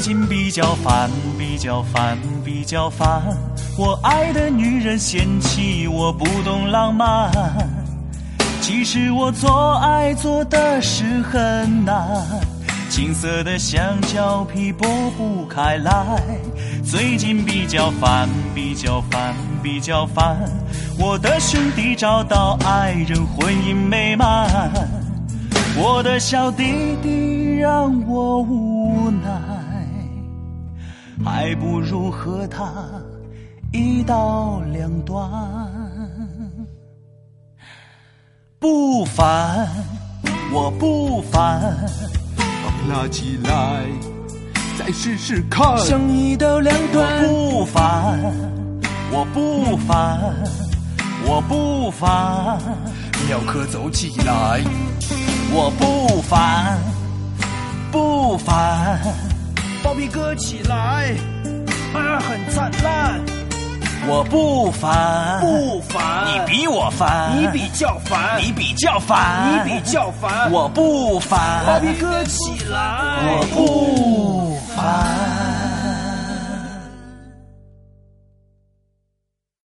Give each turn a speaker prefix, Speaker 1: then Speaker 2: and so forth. Speaker 1: 近比较烦，比较烦，比较烦。我爱的女人嫌弃我不懂浪漫，其实我做爱做的是很难。青涩的香蕉皮剥不开来，最近比较烦，比较烦，比较烦。我的兄弟找到爱人，婚姻美满。我的小弟弟让我无奈，还不如和他一刀两断。不烦，我不烦，
Speaker 2: 拉起来，再试试看。
Speaker 3: 想一刀两断，
Speaker 1: 不烦，我不烦，我不烦，
Speaker 2: 秒刻走起来。
Speaker 1: 我不烦，不烦，
Speaker 3: 包皮割起来，啊，很灿烂。
Speaker 1: 我不烦，
Speaker 3: 不烦，
Speaker 1: 你比我烦，
Speaker 3: 你比较烦，
Speaker 1: 你比较烦，
Speaker 3: 你比较烦。
Speaker 1: 我不烦，
Speaker 3: 包皮割起来，
Speaker 1: 我不。